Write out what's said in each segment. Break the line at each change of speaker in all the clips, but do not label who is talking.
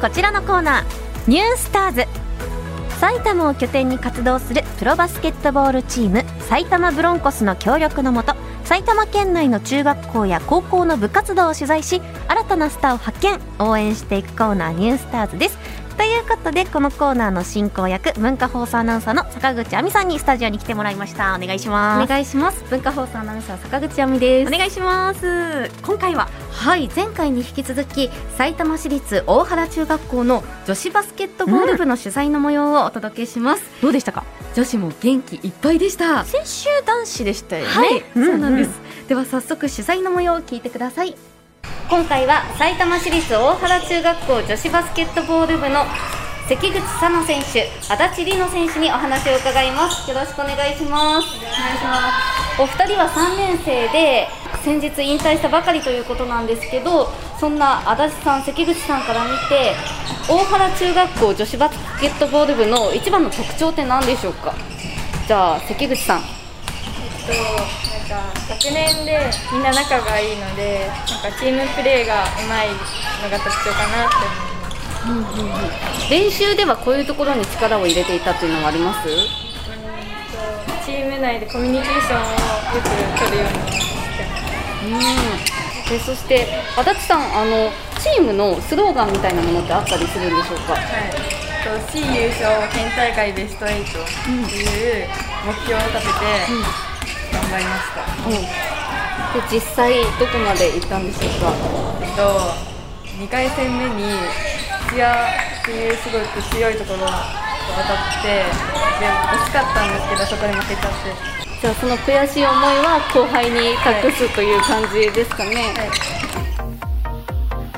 こちらのコーナー「ニュースターズ」埼玉を拠点に活動するプロバスケットボールチーム埼玉ブロンコスの協力のもと埼玉県内の中学校や高校の部活動を取材し新たなスターを発見応援していくコーナー「ニュースターズ」です。ということでこのコーナーの進行役文化放送アナウンサーの坂口亜美さんにスタジオに来てもらいましたお願いします
お願いします文化放送アナウンサー坂口亜美です
お願いします今回は
はい前回に引き続き埼玉市立大原中学校の女子バスケットボール部の取材の模様をお届けします、
どうでしたか
女子も元気いっぱいでした
先週男子でしたよね
はい、
うん
そうなんですでは早速取材の模様を聞いてください今回は埼玉市立大原中学校女子バスケットボール部の関口佐野選手、足立里乃選手にお話を伺います。よろしくお願いします。お願いします。お二人は3年生で、先日引退したばかりということなんですけど、そんな足立さん、関口さんから見て、大原中学校女子バスケットボール部の一番の特徴って何でしょうかじゃあ、関口さん。
となんか学年でみんな仲がいいのでなんかチームプレーがうまいのが特徴かなって思います
練習ではこういうところに力を入れていたというのはあります
チーム内でコミュニケーションをよく取るようにしてます
うんでそして足立さんあのチームのスローガンみたいなものってあったりするんでしょうか
はいと C 優勝県大会ベスト8っていう目標を立てて頑張りました、
うんで実際どこまで行ったんでしょうか
えっと2回戦目に土屋っていうすごく強いところを当たってで惜しかったんですけどそこで負けちゃって
じゃあその悔しい思いは後輩に託すという感じですかね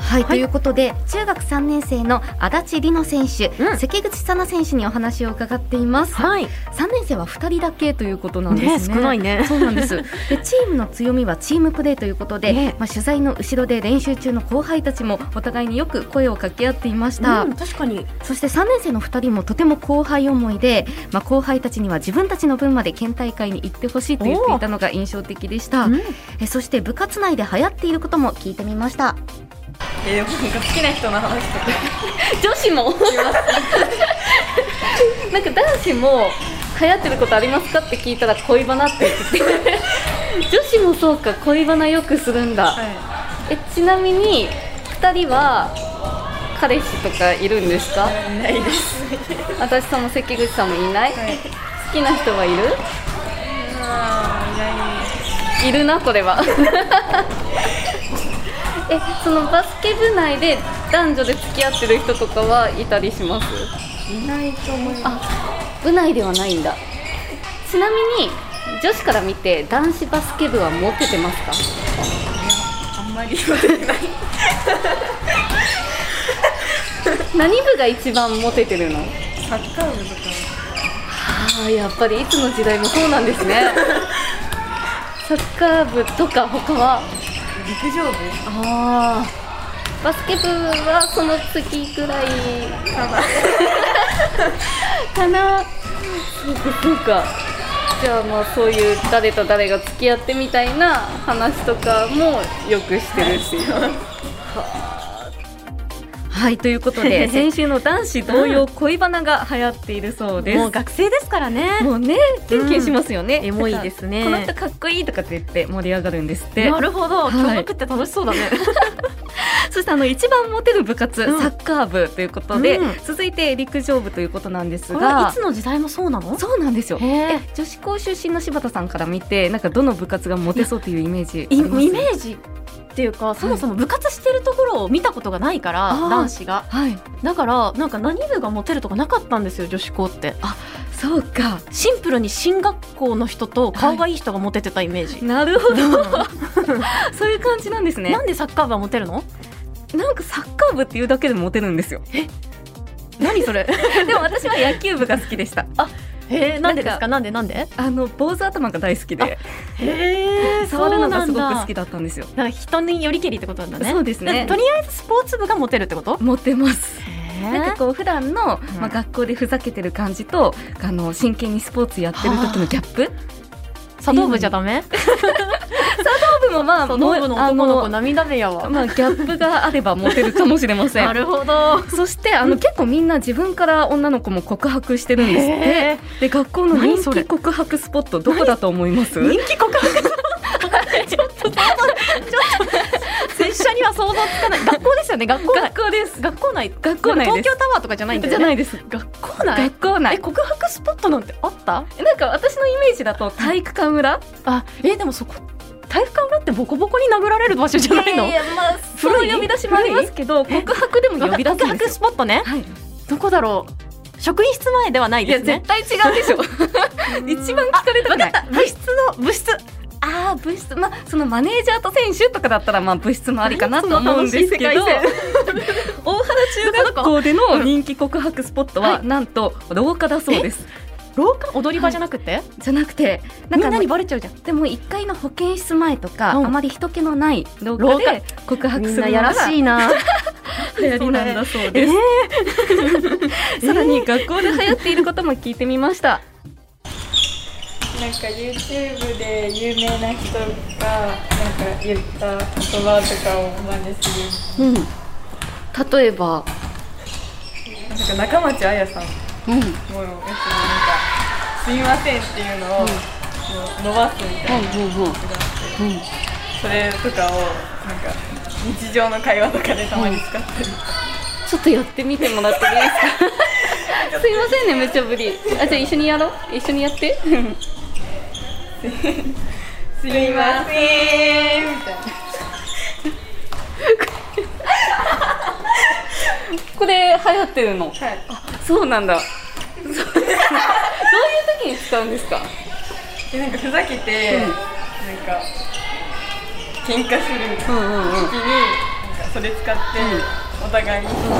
はい
はい、ということで中学3年生の足立里乃選手、
うん
関口佐奈選手にお話を伺っています、
はい
3年生は2人だけということなんです
ね
ね
少ないね
そうなん ですでチームの強みはチームプレーということで、
ね
まあ、取材の後ろで練習中の後輩たちもお互いによく声を掛け合っていました、
うん、確かに
そして3年生の2人もとても後輩思いで、まあ、後輩たちには自分たちの分まで県大会に行ってほしいと言っていたのが印象的でした、
うん
えそして部活内で流行っていることも聞いてみました
えでもなんか好きな人の話とか
女子もなんか男子も流行ってることありますかって聞いたら恋バナって言ってて女子もそうか恋バナよくするんだ、
は
えちなみに2人は彼氏とかいるんですか
いないです
私さんも関口さんもいない、
はい
好きな人はいる
まあいない
いるなこれ はえそのバスケ部内で男女で付き合ってる人とかはいたりします
いないと思います
あ部内ではないんだちなみに女子から見て男子バスケ部はモテてますか
あんまり言われない
何部が一番モテてるの
サッカー部とか
ああやっぱりいつの時代もそうなんです ねサッカー部とか他は
陸上部
ああバスケ部はその月くらい
か
か
な
なそうかそうかじゃあまあそういう誰と誰が付き合ってみたいな話とかもよくしてるっていう。はいということ で先週の男子同様恋バナが流行っているそうです。
もう学生ですからね
もうねキュンキュンしますよね。
エモいですね
なんかこの人かっこいいとかって言って盛り上がるんですって。
なるほど
はい
教育って楽しそうだね、
そしてあの一番モテる部活、
うん
サッカー部ということで、
うん
続いて陸上部ということなんです
あ
が
れいつの時代もそうなの
そうなんですよ
へえ
女子校出身の柴田さんから見てなんかどの部活がモテそうというイメージあ
イイ
り
メ
ま
ー
す
ジっていうかそもそも部活してるところを見たことがないから、
あー
男子が
はい
だからなんか何部がモテるとかなかったんですよ女子校って
そうか
シンプルに進学校の人と顔がいい人がモテてたイメージ、
なるほど、
う
そういう感じなんです
ん
ね
なんでサッカー部はモテるの
なんかサッカー部っていうだけでモテるんですよ
何それ
でも私は野球部が好きでした
へえなんでで
な
す
ん
か
か
なんでなんで
あの坊主頭が大好きで
へえ
触るのがすごく好
だ
きだったんですよ
から人によりけりってことなんだね
そうですね
だからとりあえずスポーツ部がモテるってこと
モテますなん
へ
かこう普段の、まあ、学校でふざけてる感じとあの真剣にスポーツやってる時のギャップ
え茶道部じゃダメ
部もまあ
茶道部の男の子
あ
涙目やわ
まあギャップがあればモテるかもしれませ
なんるほど
そしてあの結構みんな自分から女の子も告白してるんですって
へ
で学校の
何
人
そ
気
れ
告白スポットどこだと思います
人気告白ちょっとちょっと拙者には想像つかない学校ですよね学校内
学校です
学校内
学校内です
東京タワーとかじゃないんだ
じゃ
よ
ない
ね
です
学校内
学校
え
内
告白スポットなんてあった
なんか私のイメージだと体育館裏
あえでもそこ体育館裏ってボコボコに殴られる場所じゃないの
いやいやまあそ
古
う
い
呼び出しもありますけど告白でも呼び出す
告
んで
白
す
スポットね
よはい
どこだろう職員室前ではない
い
で
や
す
絶
ね
対違う でしょ一番聞かれたくない
あ部室の部室
ああ部室まあそのマネージャーと選手とかだったらまあ部室もありかなと思うんですけ
何
ど
その楽
大原中学校での人気告白スポットは
は
なんと廊下だそうです
廊下踊り場じゃなくて、
じゃなくてなん
みんな
かあの
にバレちゃうじゃん
でも1階の保健室前とか
うん
あまり人気のない廊下で告白するのが流
いな
行りなんだそう
え
です さらに学校で流行っていることも聞いてみました
なんか YouTube で有名な人がなんか言った言葉とかを真似す
うん例えば
るなんか中町あやさん
うん
もなんか「すいません」っていうのを、伸ばすみたいな
うんうんうん
それとかをなんか日常の会話とかでたまに使ってる、
ちょっとやってみてもらっていいですか すいませんね無茶ぶりあじゃあ一緒にやろう一緒にやって
すいませんみたいな
これ流行ってるの
はい
そうなんだ そうどういう時に使うんですか
でなんかふざけて、なんか喧嘩する
うんうんうん
時になんかそれ使ってお互いにして、なんか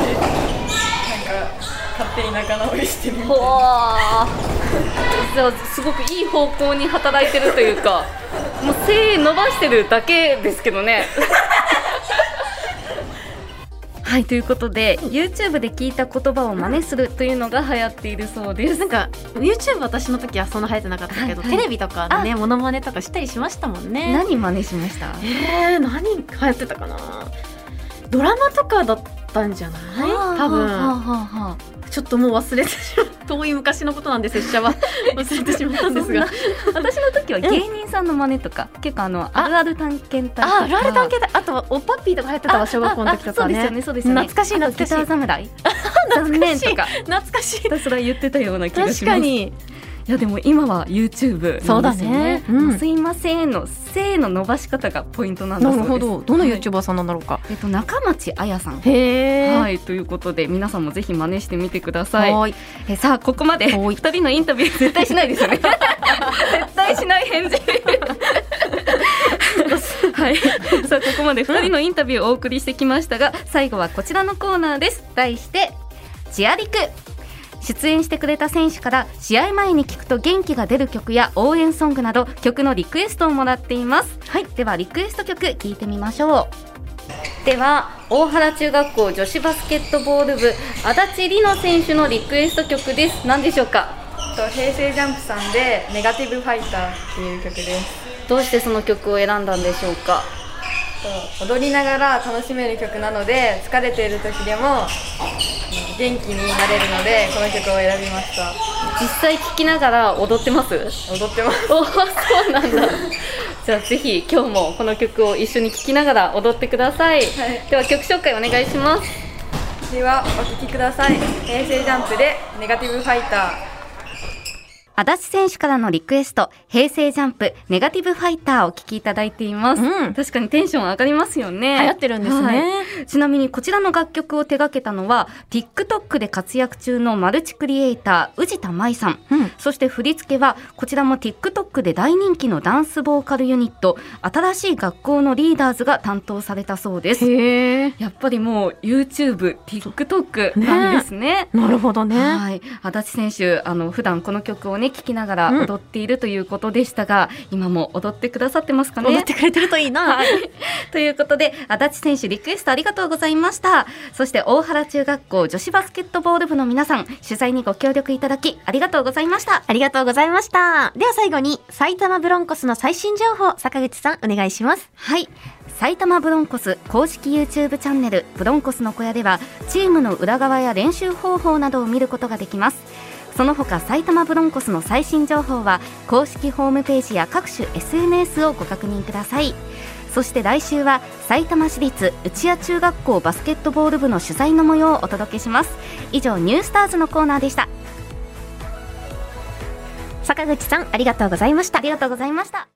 勝手に仲直りしてるみたいな
わあじゃあすごくいい方向に働いてるというかもう背伸ばしてるだけですけどね はいということで YouTube で聞いた言葉を真似するというのが流行っているそうです
なんか YouTube 私の時はそんな流行ってなかったけど、
はいはい
テレビとかのねモノマネとかしたりしましたもんね
何真似しました
えー、何流行ってたかなドラマとかだったんじゃない多分
は
ちょっともう忘れてしまった遠い昔のことなんで拙者 は忘れてしまったんですが
私の時は芸人さんの真似とか、結構あのあるある探検隊とか
あラルタン携帯あとはおっぱっぴーとか流行ってたわ小学校の時とか
ああそうですよ
ね
ねそうですよね
懐かしい懐かしい
あとギター 侍残念とか
懐かしい
ひたすら言ってたような気が
確
しま
か
す
に
いやでも今は YouTube
そう
な
だ
んですよ
ねうん
すいませんの「せーの伸ばし方がポイントなんだ
な
そう
る
です
ほどどの
はい
YouTuber さんなんだろうか、
えっと中町あやさん
へえ
はいいということで皆さんもぜひ真似してみてください
はい
えさあここまで
は
2
い
人のインタビュー絶対しないですよね絶対しない 返事はいさあここまで2人のインタビューをお送りしてきましたが最後はこちらのコーナーです題して「チアリク」出演してくれた選手から試合前に聞くと元気が出る曲や応援ソングなど曲のリクエストをもらっています、はい、ではリクエスト曲聞いてみましょうでは大原中学校女子バスケットボール部足立梨乃選手のリクエスト曲です何でしょうか
と平成ジャンプさんで「ネガティブファイター」っていう曲です
どうしてその曲を選んだんでしょうか
と踊りながら楽しめる曲なので疲れている時でもうん元気になれるのでこの曲を選びました
実際聴きながら踊ってます
踊ってます
おーそうなんだじゃあぜひ今日もこの曲を一緒に聴きながら踊ってください、
はい
では曲紹介お願いします
ではお聴きください平成ジャンプで「ネガティブファイター」
足立選手からのリクエスト「平成ジャンプネガティブファイター」をお聴きいただいています、
うん
確かにテンション上がりますよね
流行ってるんですね、
はいちなみにこちらの楽曲を手掛けたのは TikTok で活躍中のマルチクリエイター宇治田舞さん
うん
そして振り付けはこちらも TikTok で大人気のダンスボーカルユニット新しい学校のリーダーズが担当されたそうです
へえ
やっぱりもう YouTube、TikTok なんですね
なるほどね
はい、足立選手、あの普段この曲をね聞きながら
うん
踊っているということでしたが、今も踊ってくださってますかね
踊ってくれてるといいな、
はい、ということで足立選手リクエストありがとうございましたそして大原中学校女子バスケットボール部の皆さん取材にご協力いただきありがとうございました
ありがとうございましたでは最後に埼玉ブロンコスの最新情報坂口さんお願いします
はい埼玉ブロンコス公式 YouTube チャンネル「ブロンコスの小屋」ではチームの裏側や練習方法などを見ることができますその他埼玉ブロンコスの最新情報は公式ホームページや各種 SNS をご確認くださいそして来週は埼玉市立内谷中学校バスケットボール部の取材の模様をお届けします以上ニュースターズのコーナーでした
坂口さんありがとうございました
ありがとうございました